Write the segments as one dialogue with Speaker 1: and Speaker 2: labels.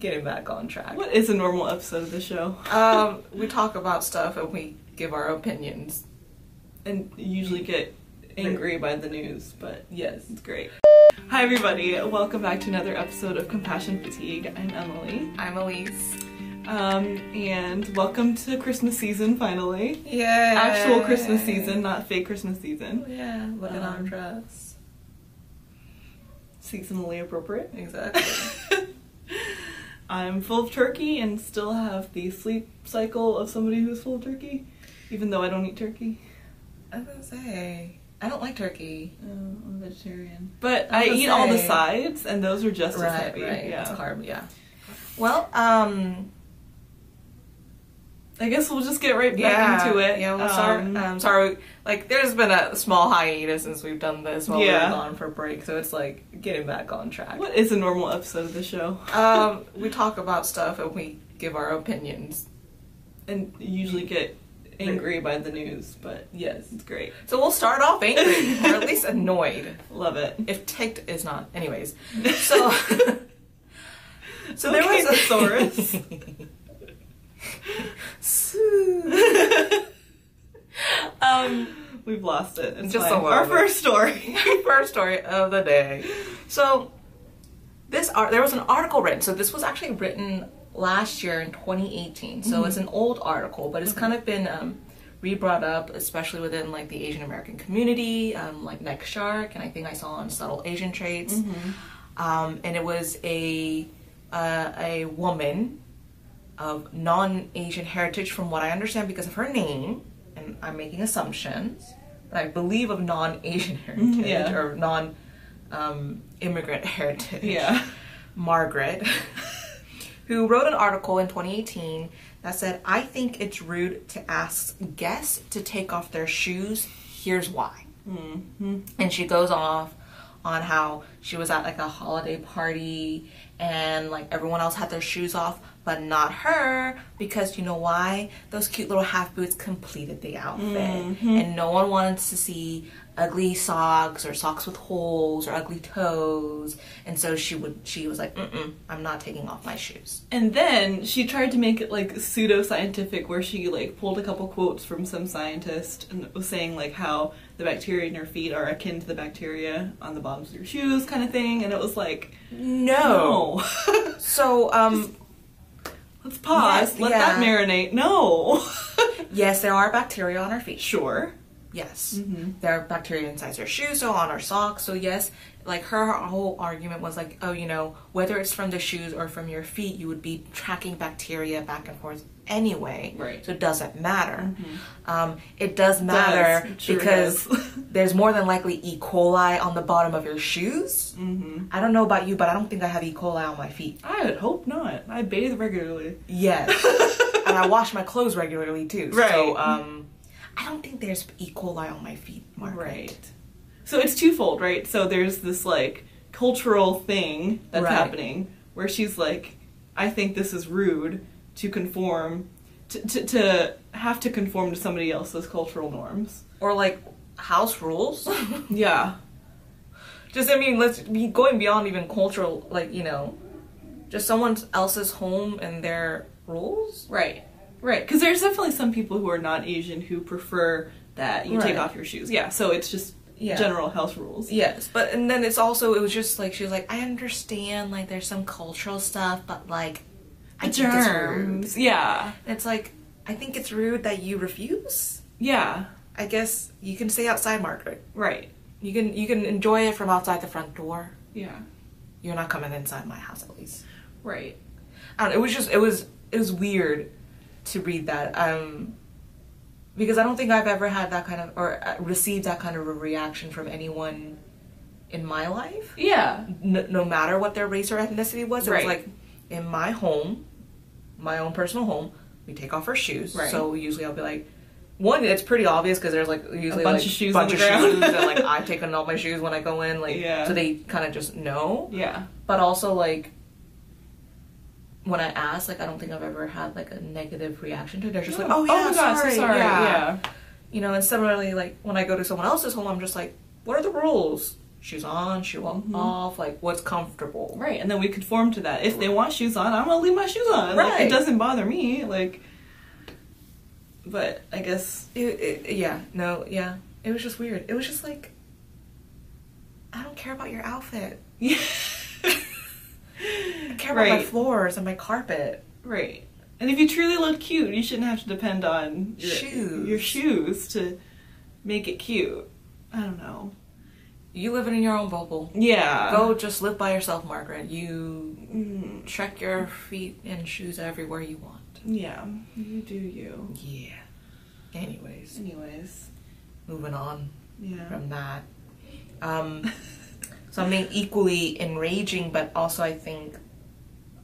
Speaker 1: getting back on track.
Speaker 2: What is a normal episode of the show?
Speaker 1: Um, we talk about stuff and we give our opinions.
Speaker 2: And you usually get angry by the news, but
Speaker 1: Yes.
Speaker 2: it's great. Hi, everybody. Welcome back to another episode of Compassion Fatigue. I'm Emily.
Speaker 1: I'm Elise.
Speaker 2: Um, and welcome to Christmas season finally.
Speaker 1: Yeah. Oh,
Speaker 2: Actual Christmas season, not fake Christmas season.
Speaker 1: Yeah. Look at our
Speaker 2: Um,
Speaker 1: dress.
Speaker 2: Seasonally appropriate.
Speaker 1: Exactly.
Speaker 2: I'm full of turkey and still have the sleep cycle of somebody who's full of turkey, even though I don't eat turkey.
Speaker 1: I was gonna say I don't like turkey.
Speaker 2: Oh, I'm a vegetarian. But
Speaker 1: I
Speaker 2: I,
Speaker 1: was gonna
Speaker 2: eat all the
Speaker 1: say-
Speaker 2: sides, and those are just as
Speaker 1: right.
Speaker 2: heavy.
Speaker 1: Right. It's
Speaker 2: Yeah.
Speaker 1: carb. Yeah. Well, um,
Speaker 2: I guess we'll just get right back
Speaker 1: yeah,
Speaker 2: into it.
Speaker 1: Yeah, we'll start.
Speaker 2: Um,
Speaker 1: Um, sorry, like there's been a small hiatus since we've done this while
Speaker 2: Yeah.
Speaker 1: we were gone for break, so it's like getting back on track.
Speaker 2: what is a normal episode of the show?
Speaker 1: um, we talk about stuff and we give our opinions.
Speaker 2: and you usually get angry by the news, but
Speaker 1: Yes.
Speaker 2: it's great.
Speaker 1: So we'll start off angry, or at least annoyed.
Speaker 2: Love it.
Speaker 1: If ticked is not, anyways. So,
Speaker 2: So there was a thesaurus.
Speaker 1: um.
Speaker 2: We've lost it. It's
Speaker 1: Just
Speaker 2: fine.
Speaker 1: a little
Speaker 2: Our
Speaker 1: bit.
Speaker 2: first story.
Speaker 1: first story of the day. So this art there was an article written. So this was actually written last year in 2018. So it's an old article, but it's kind of been um, re-brought up, especially within like the Asian American community, um, like Neck Shark, and I think I saw on Subtle Asian Traits. Um, and it was a uh, a woman of non-Asian heritage, from what I understand, because of her name, and I'm making assumptions, but I believe of non-Asian heritage
Speaker 2: yeah.
Speaker 1: or non um, immigrant heritage.
Speaker 2: Yeah.
Speaker 1: Margaret, who wrote an article in 2018 that said, "I think it's rude to ask guests to take off their shoes. Here's why." and she goes off on how she was at like a holiday party and like everyone else had their shoes off but not her because you know why those cute little half boots completed the outfit and no one wants to see ugly socks or socks with holes or ugly toes and so she would she was like Mm-mm, i'm not taking off my shoes
Speaker 2: And then she tried to make it like pseudo-scientific, where she like pulled a couple quotes from some scientist and was saying like how the bacteria in your feet are akin to the bacteria on the bottoms of your shoes, kind of thing. And it was like,
Speaker 1: no
Speaker 2: no,
Speaker 1: so um
Speaker 2: let's pause,
Speaker 1: Yes,
Speaker 2: let
Speaker 1: yeah.
Speaker 2: that marinate. No,
Speaker 1: yes there are bacteria on our feet
Speaker 2: sure,
Speaker 1: Yes.
Speaker 2: Mm-hmm.
Speaker 1: There are bacteria inside your shoes, so on our socks. So yes, like her, whole argument was like, oh, you know, whether it's from the shoes or from your feet, you would be tracking bacteria back and forth anyway.
Speaker 2: Right. Mm-hmm.
Speaker 1: So it doesn't matter. Um, it does matter
Speaker 2: It sure
Speaker 1: because
Speaker 2: does.
Speaker 1: there's more than likely E. coli on the bottom of your shoes. Mm-hmm. I don't know about you, but I don't think I have E. coli on my feet.
Speaker 2: I would hope not. I bathe regularly.
Speaker 1: Yes. and I wash my clothes regularly too. So
Speaker 2: Right.
Speaker 1: um, I don't think there's E. coli on my feet, Margaret.
Speaker 2: Right. So it's twofold, right? So there's this like cultural thing that's
Speaker 1: Right.
Speaker 2: happening where she's like, I think this is rude to conform, to, to, to have to conform to somebody else's cultural norms.
Speaker 1: or like house rules.
Speaker 2: Yeah.
Speaker 1: just I mean, let's be going beyond even cultural, like you know, just someone else's home and their rules.
Speaker 2: Right. Right. Because there's definitely some people who are not Asian who prefer that you
Speaker 1: Right.
Speaker 2: take off your shoes. Yeah. So it's just
Speaker 1: Yeah.
Speaker 2: general house rules.
Speaker 1: Yes, but and then it's also it was just like she was like, I understand like there's some cultural stuff, but like I think it's rude.
Speaker 2: Germs. Yeah.
Speaker 1: It's like I think it's rude that you refuse.
Speaker 2: Yeah.
Speaker 1: I guess you can stay outside, Margaret.
Speaker 2: Right.
Speaker 1: You can you can enjoy it from outside the front door.
Speaker 2: Yeah.
Speaker 1: You're not coming inside my house at least.
Speaker 2: Right.
Speaker 1: I don't, it was just it was it was weird to read that um because I don't think I've ever had that kind of or uh, received that kind of a reaction from anyone in my life.
Speaker 2: Yeah.
Speaker 1: N- no matter what their race or ethnicity was, it
Speaker 2: Right.
Speaker 1: was like in my home, my own personal home, we take off our shoes.
Speaker 2: Right.
Speaker 1: So usually I'll be like. One, it's pretty obvious because there's like usually
Speaker 2: bunch
Speaker 1: like
Speaker 2: of shoes
Speaker 1: bunch
Speaker 2: on
Speaker 1: of
Speaker 2: the ground.
Speaker 1: shoes, and like I've taken off my shoes when I go in, like
Speaker 2: Yeah.
Speaker 1: so they kind of just know
Speaker 2: Yeah.
Speaker 1: but also like when I ask, like I don't think I've ever had like a negative reaction to it. They're just like, oh yeah,
Speaker 2: my gosh,
Speaker 1: sorry,
Speaker 2: so sorry.
Speaker 1: yeah. You know, and similarly, like when I go to someone else's home, I'm just like, what are the rules? shoes on, shoe o-
Speaker 2: Mhm.
Speaker 1: off, like what's comfortable.
Speaker 2: Right, and then we conform to that. If they want shoes on, I'm gonna leave my shoes on. Like,
Speaker 1: Right.
Speaker 2: it doesn't bother me. Like, but I guess
Speaker 1: It, it, yeah, no, yeah. It was just weird. It was just like, I don't care about your outfit.
Speaker 2: yeah.
Speaker 1: I care about my
Speaker 2: Right.
Speaker 1: floors and my carpet.
Speaker 2: right. And if you truly look cute, you shouldn't have to depend on your
Speaker 1: Shoes.
Speaker 2: your shoes to make it cute. I don't know.
Speaker 1: You living in your own bubble.
Speaker 2: Yeah.
Speaker 1: Go just live by yourself, Margaret. You
Speaker 2: Mm,
Speaker 1: check your feet and shoes everywhere you want.
Speaker 2: yeah. You do you.
Speaker 1: Yeah. Anyways,
Speaker 2: Anyways.
Speaker 1: moving on
Speaker 2: Yeah.
Speaker 1: from that. Um, something equally enraging, but also I think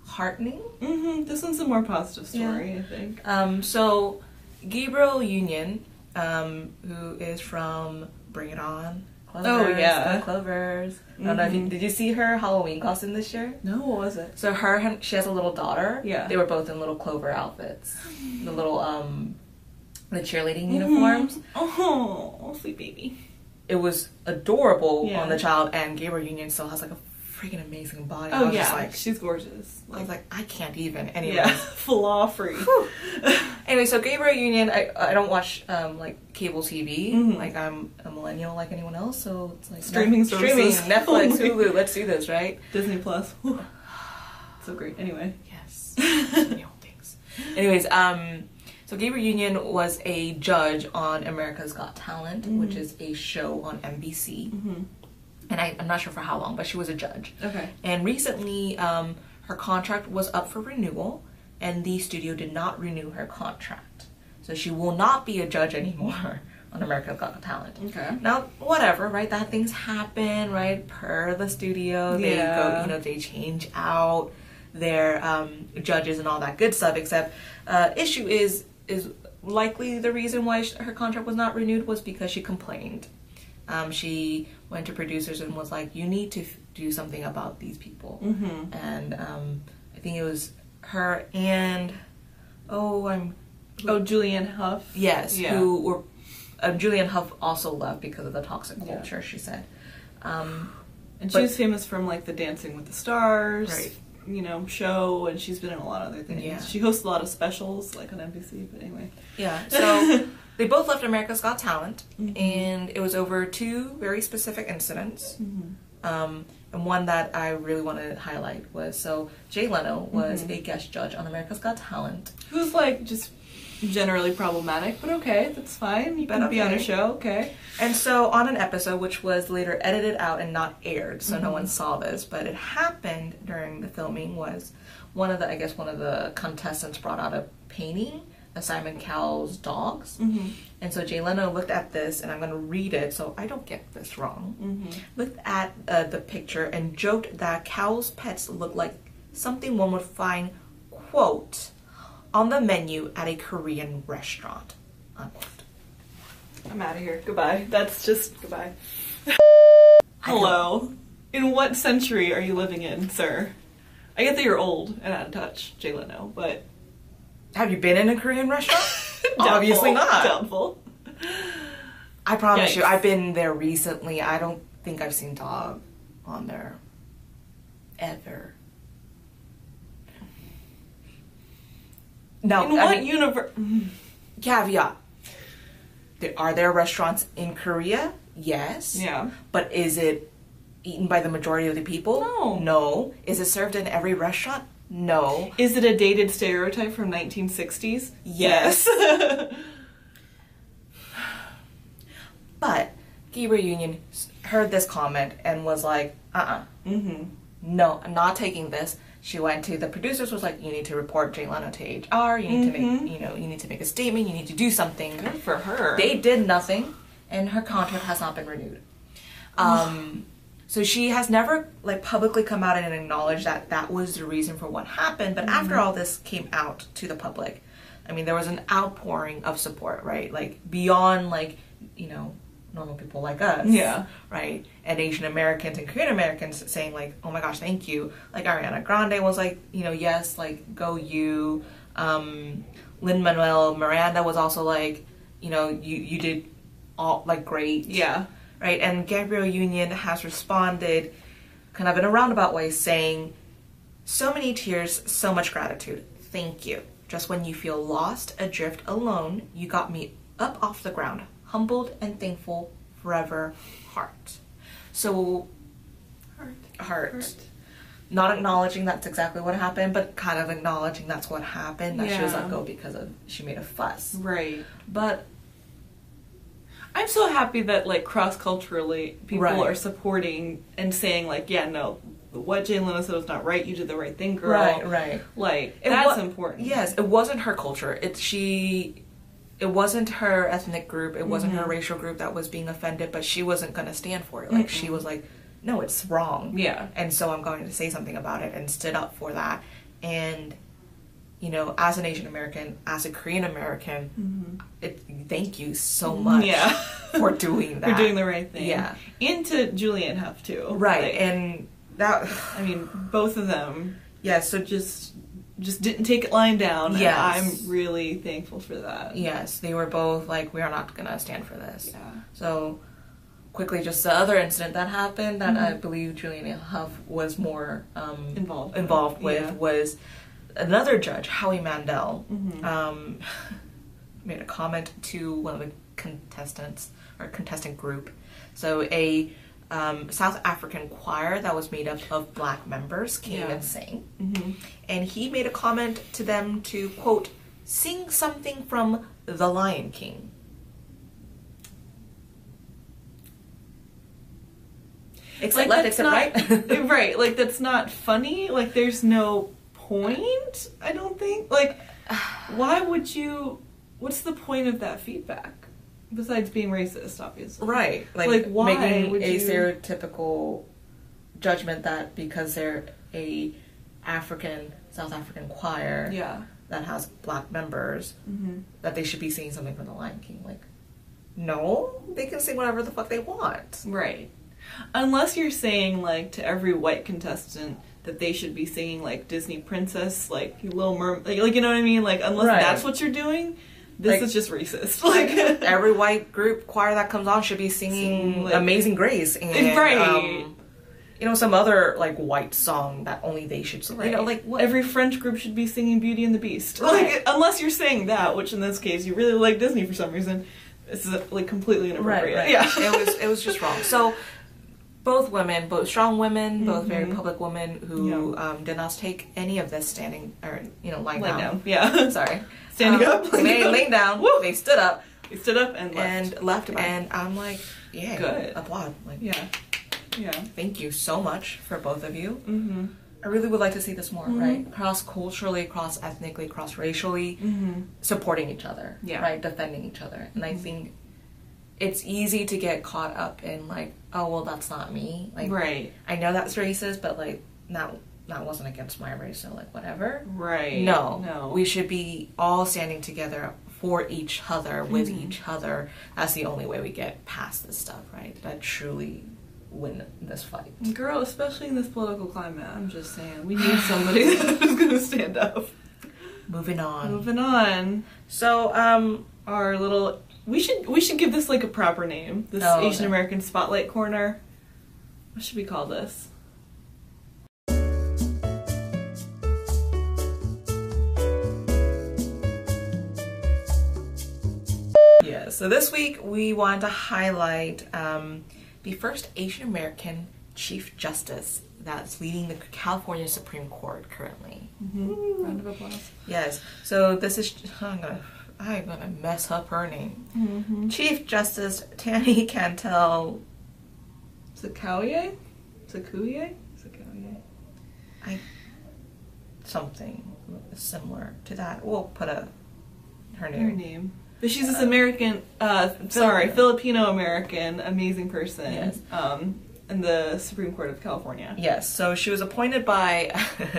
Speaker 1: heartening.
Speaker 2: hmm This one's a more positive story, I think.
Speaker 1: Um, so Gabriel Union, um, who is from Bring It On. Clovers,
Speaker 2: yeah.
Speaker 1: the Clovers. I don't know if you,
Speaker 2: Mhm.
Speaker 1: did you see her Halloween costume this year?
Speaker 2: No, what was it?
Speaker 1: So her, and- she has a little daughter.
Speaker 2: Yeah.
Speaker 1: They were both in little Clover outfits, the little um, the cheerleading uniforms.
Speaker 2: Mhm. Oh, sweet baby.
Speaker 1: It was adorable
Speaker 2: Yeah.
Speaker 1: on the child, and Gabriel Union still has like a freaking amazing body. I
Speaker 2: Oh
Speaker 1: was
Speaker 2: yeah,
Speaker 1: just like,
Speaker 2: she's gorgeous.
Speaker 1: I was like, I can't even. Anyway.
Speaker 2: yeah, flaw free.
Speaker 1: Whew. Anyway, so Gabriel Union, I, I don't watch um, like cable TV.
Speaker 2: Mhm.
Speaker 1: Like I'm a millennial, like anyone else. So it's like
Speaker 2: Streaming
Speaker 1: streaming,
Speaker 2: services.
Speaker 1: Netflix,
Speaker 2: Oh my-
Speaker 1: Hulu. Let's do this, right?
Speaker 2: Disney Plus. Whew. So great. Anyway. Mm-hmm.
Speaker 1: Yes. So many old things. Anyways, um, so Gabriel Union was a judge on America's Got Talent, which is a show on NBC,
Speaker 2: Mm-hmm.
Speaker 1: and I, I'm not sure for how long, but she was a judge.
Speaker 2: Okay.
Speaker 1: And recently, um, her contract was up for renewal, and the studio did not renew her contract. So she will not be a judge anymore on America's Got Talent.
Speaker 2: Okay.
Speaker 1: Now, whatever, right? That things happen, right? Per the studio, they go,
Speaker 2: Yeah.
Speaker 1: you know, they change out their um, judges and all that good stuff. Except, uh, issue is is likely the reason why sh- her contract was not renewed was because she complained. Um, she went to producers and was like, "You need to f- do something about these people."
Speaker 2: Mm-hmm.
Speaker 1: And um, I think it was her and oh, I'm
Speaker 2: Oh, Julianne Hough.
Speaker 1: Yes,
Speaker 2: Yeah.
Speaker 1: who were um, Julianne Hough also left because of the toxic
Speaker 2: Yeah.
Speaker 1: culture. She said, um,
Speaker 2: And she
Speaker 1: But-
Speaker 2: was famous from like the Dancing with the Stars,
Speaker 1: Right.
Speaker 2: you know, show, and she's been in a lot of other things.
Speaker 1: Yeah.
Speaker 2: She hosts a lot of specials, like on NBC. But anyway.
Speaker 1: "Yeah." So they both left America's Got Talent,
Speaker 2: Mhm.
Speaker 1: and it was over two very specific incidents.
Speaker 2: Mm-hmm.
Speaker 1: Um, and one that I really want to highlight was so Jay Leno was
Speaker 2: Mhm.
Speaker 1: a guest judge on America's Got Talent.
Speaker 2: Who's like just generally problematic, but okay, that's fine. You
Speaker 1: But
Speaker 2: can be on a
Speaker 1: okay.
Speaker 2: show, okay?
Speaker 1: And so, on an episode which was later edited out and not aired, so no
Speaker 2: Mhm.
Speaker 1: one saw this, but it happened during the filming was one of the, I guess, one of the contestants brought out a painting of Simon Cowell's dogs.
Speaker 2: Mm-hmm.
Speaker 1: And so Jay Leno looked at this, and I'm going to read it so I don't get this wrong.
Speaker 2: Mm-hmm.
Speaker 1: Looked at uh, the picture and joked that Cowell's pets looked like something one would find, quote, on the menu at a Korean restaurant, unquote.
Speaker 2: I'm out of here. Goodbye. That's just goodbye.
Speaker 1: I don't-
Speaker 2: Hello. In what century are you living in, sir? I get that you're old and out of touch, Jay Leno, but
Speaker 1: Have you been in a Korean restaurant? Obviously
Speaker 2: Doubtful.
Speaker 1: not.
Speaker 2: Doubtful.
Speaker 1: I promise you,
Speaker 2: Yikes.
Speaker 1: I've been there recently. I don't think I've seen dog on there ever. No,
Speaker 2: In
Speaker 1: I
Speaker 2: what mm-hmm,
Speaker 1: mean,
Speaker 2: universe?
Speaker 1: caveat. There, are there restaurants in Korea? Yes.
Speaker 2: Yeah.
Speaker 1: But is it eaten by the majority of the people?
Speaker 2: No.
Speaker 1: No. Is it served in every restaurant? No.
Speaker 2: Is it a dated stereotype from 1960s?
Speaker 1: Yes. But Gabriel Union s- heard this comment and was like, uh uh
Speaker 2: mm-hmm.
Speaker 1: no, I'm not taking this. She went to the producers was like, you need to report Jay Leno to HR. You need to
Speaker 2: Mhm.
Speaker 1: make, you know, you need to make a statement. You need to do something.
Speaker 2: Good for her.
Speaker 1: They did nothing, and her contract has not been renewed. Um, so she has never like publicly come out and acknowledged that that was the reason for what happened. But after all this came out to the public, I mean, there was an outpouring of support, right? Like beyond like you know normal people like us,
Speaker 2: Yeah.
Speaker 1: right? And Asian Americans and Korean Americans saying like, oh my gosh, thank you. Like Ariana Grande was like, you know, yes, like go you. Um, Lin Manuel Miranda was also like, you know, you you did all like great
Speaker 2: Yeah.
Speaker 1: right? And Gabrielle Union has responded kind of in a roundabout way saying, So many tears, so much gratitude. Thank you. Just when you feel lost, adrift, alone, you got me up off the ground, humbled and thankful, forever heart. So,
Speaker 2: Heart.
Speaker 1: heart.
Speaker 2: Heart.
Speaker 1: Not acknowledging that's exactly what happened, but kind of acknowledging that's what happened, that she was
Speaker 2: Yeah.
Speaker 1: let go because of she made a fuss.
Speaker 2: Right.
Speaker 1: But
Speaker 2: I'm so happy that like cross culturally people
Speaker 1: Right.
Speaker 2: are supporting and saying like, yeah, no, what Jane Leno said was not right. You did the right thing, girl.
Speaker 1: Right, right.
Speaker 2: Like
Speaker 1: It
Speaker 2: that's
Speaker 1: wa-
Speaker 2: important.
Speaker 1: Yes, it wasn't her culture. It she it wasn't her ethnic group, it wasn't
Speaker 2: Mm-hmm.
Speaker 1: her racial group that was being offended, but she wasn't going to stand for it. Like she was like, "No, it's wrong."
Speaker 2: Yeah.
Speaker 1: And so I'm going to say something about it and stood up for that. And you know, as an Asian American, as a Korean American, it, thank you so much
Speaker 2: Mm-hmm. Yeah.
Speaker 1: for doing that.
Speaker 2: We're doing the right thing.
Speaker 1: Yeah.
Speaker 2: And to Julian Huff too.
Speaker 1: Right.
Speaker 2: Like,
Speaker 1: and that
Speaker 2: I mean, both of them
Speaker 1: yeah, so
Speaker 2: just just didn't take it lying down. and
Speaker 1: Yes.
Speaker 2: I'm really thankful for that.
Speaker 1: Yes, they were both like, we are not gonna stand for this.
Speaker 2: Yeah.
Speaker 1: So, quickly, just the other incident that happened that I believe Julian Huff was more um,
Speaker 2: Mm-hmm. Involved with,
Speaker 1: involved with
Speaker 2: yeah.
Speaker 1: was another judge, Howie Mandel,
Speaker 2: Mm-hmm.
Speaker 1: um, made a comment to one of the contestants or contestant group. So a um, South African choir that was made up of black members came
Speaker 2: Yeah. Mm-hmm.
Speaker 1: and sang, and he made a comment to them to quote, "Sing something from The Lion King." Except left,
Speaker 2: that's
Speaker 1: except
Speaker 2: not-
Speaker 1: right.
Speaker 2: right. Like that's not funny. Like there's no point. I don't think. Like, why would you? What's the point of that feedback? Besides being racist, obviously.
Speaker 1: Right. Like,
Speaker 2: Like, why
Speaker 1: making
Speaker 2: would
Speaker 1: a
Speaker 2: you-
Speaker 1: stereotypical judgment that because they're a African South African choir
Speaker 2: Yeah.
Speaker 1: that has black members
Speaker 2: Mm-hmm.
Speaker 1: that they should be singing something from the Lion King. Like no, they can sing whatever the fuck they want.
Speaker 2: Right. Unless you're saying like to every white contestant that they should be singing like Disney princess, like Little Mermaid, like, like, you know what I mean? Like unless
Speaker 1: Right.
Speaker 2: that's what you're doing, this
Speaker 1: Like-
Speaker 2: is just racist. Like
Speaker 1: Every white group choir that comes on should be singing
Speaker 2: Sing, like-
Speaker 1: Amazing Grace and
Speaker 2: Right.
Speaker 1: um, you know some other like white song that only they should sing. You know like what
Speaker 2: every French group should be singing Beauty and the Beast.
Speaker 1: Right.
Speaker 2: Like unless you're saying that, which in this case you really like Disney for some reason, this is like completely
Speaker 1: right,
Speaker 2: inappropriate.
Speaker 1: right.
Speaker 2: Yeah.
Speaker 1: it was it was just wrong. So both women, both strong women, both very
Speaker 2: Mm-hmm.
Speaker 1: public women who um, did not take any of this standing or you know lying,
Speaker 2: Lie
Speaker 1: down.
Speaker 2: down. Yeah.
Speaker 1: um, Sorry,
Speaker 2: Standing
Speaker 1: Um,
Speaker 2: up.
Speaker 1: they laid down.
Speaker 2: Woo.
Speaker 1: They stood up
Speaker 2: They stood up and left.
Speaker 1: and left,
Speaker 2: Goodbye.
Speaker 1: and I'm like, yeah,
Speaker 2: Good.
Speaker 1: applaud. Like,
Speaker 2: yeah. Yeah.
Speaker 1: thank you so much for both of you.
Speaker 2: Mm-hmm.
Speaker 1: I really would like to see this more, right? Cross culturally, cross ethnically, cross racially,
Speaker 2: Mm-hmm.
Speaker 1: supporting each other,
Speaker 2: Yeah. Mm-hmm.
Speaker 1: right? Defending each other. And I think it's easy to get caught up in like, oh well, that's not me. Like,
Speaker 2: Right.
Speaker 1: I know that's racist, but like, that that wasn't against my race, so like, whatever.
Speaker 2: Right.
Speaker 1: No,
Speaker 2: No.
Speaker 1: We should be all standing together for each other, with
Speaker 2: Mm-hmm.
Speaker 1: each other. That's the only way we get past this stuff, right? That truly win this fight.
Speaker 2: Girl, especially in this political climate, I'm just saying, we need somebody who's gonna stand up.
Speaker 1: Moving on.
Speaker 2: Mm-hmm. Moving on,
Speaker 1: So, um,
Speaker 2: our little we should we should give this like a proper name. This
Speaker 1: Oh, okay.
Speaker 2: Asian American Spotlight Corner. What should we call this?
Speaker 1: Yeah, so this week we wanted to highlight um, the first Asian American Chief Justice that's leading the California Supreme Court currently.
Speaker 2: Round of applause.
Speaker 1: Yes, so this is. I'm gonna, I'm gonna mess up her name.
Speaker 2: Mm-hmm.
Speaker 1: Chief Justice Tanny Cantel.
Speaker 2: Sakauye? Sakuye? Sakauye.
Speaker 1: I something similar to that. We'll put a her
Speaker 2: Her
Speaker 1: name.
Speaker 2: name. But she's this American, uh, sorry, Filipino American, amazing person.
Speaker 1: Yes.
Speaker 2: Um, in the Supreme Court of California.
Speaker 1: Yes, so she was appointed by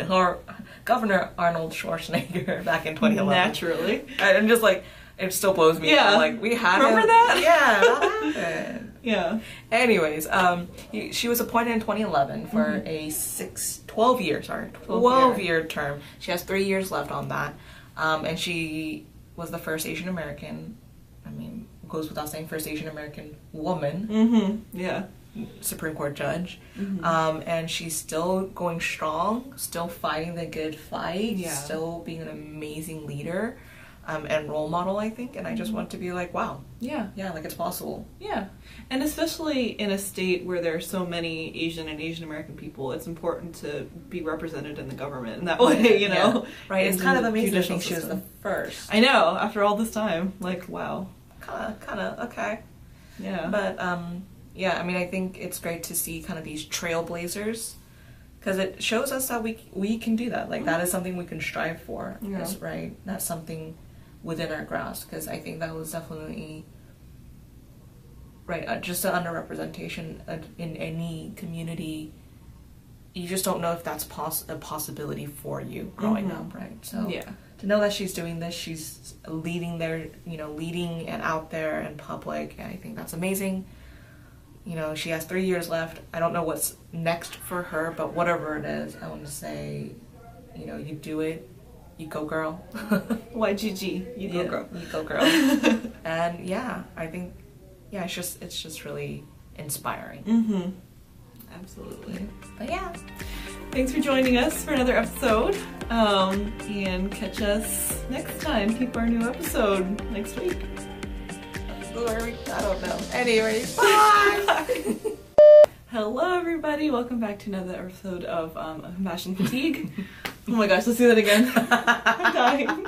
Speaker 1: our Governor Arnold Schwarzenegger back in 2011.
Speaker 2: Naturally.
Speaker 1: I- I'm just like, it still blows me.
Speaker 2: Yeah.
Speaker 1: Yeah. like, we had
Speaker 2: Remember
Speaker 1: him-
Speaker 2: that?
Speaker 1: Yeah, that happened.
Speaker 2: Yeah.
Speaker 1: Anyways, um, he, she was appointed in 2011 for
Speaker 2: Mm-hmm.
Speaker 1: a six, 12 year, sorry, 12,
Speaker 2: 12
Speaker 1: year term. She has three years left on that. Um, and she was the first Asian American, I mean, goes without saying, first Asian American woman,
Speaker 2: Mm-hmm. Yeah.
Speaker 1: Supreme Court judge.
Speaker 2: Mm-hmm.
Speaker 1: Um, and she's still going strong, still fighting the good fight,
Speaker 2: Yeah.
Speaker 1: still being an amazing leader um, and role model, I think. And I
Speaker 2: Mm-hmm.
Speaker 1: just want to be like, wow,
Speaker 2: Yeah.
Speaker 1: yeah, like it's possible.
Speaker 2: Yeah, and especially in a state where there are so many Asian and Asian American people, it's important to be represented in the government in that way, you know?
Speaker 1: Yeah. Right, it's
Speaker 2: In
Speaker 1: kind of
Speaker 2: the
Speaker 1: amazing to
Speaker 2: judicial
Speaker 1: think she was the
Speaker 2: system.
Speaker 1: first.
Speaker 2: I know, after all this time. Like, wow.
Speaker 1: Kind of, kind of, okay.
Speaker 2: Yeah.
Speaker 1: But um, yeah, I mean, I think it's great to see kind of these trailblazers because it shows us that we we can do that. Like that is something we can strive for,
Speaker 2: Yeah.
Speaker 1: is- right? That's something within our grasp. Because I think that was definitely right, uh, just an underrepresentation uh, in any community. You just don't know if that's poss- a possibility for you growing
Speaker 2: Mhm.
Speaker 1: up, right? So
Speaker 2: yeah.
Speaker 1: to know that she's doing this, she's leading there, you know, leading and out there in public. And I think that's amazing. You know, she has three years left. I don't know what's next for her, but whatever it is, I want to say, you know, you do it. You go, girl.
Speaker 2: YGG, you go,
Speaker 1: Yeah,
Speaker 2: girl.
Speaker 1: You go, girl. and yeah, I think, yeah, it's just it's just really inspiring.
Speaker 2: Mm-hmm.
Speaker 1: Mm-hmm.
Speaker 2: Absolutely.
Speaker 1: But yeah,
Speaker 2: Thanks for joining us for another episode. Um, and catch us next time. Keep our new episode next week.
Speaker 1: Glory, I don't know. Anyways, bye.
Speaker 2: Hello, everybody. Welcome back to another episode of um, Compassion Fatigue. oh my gosh, let's do that again. I'm dying.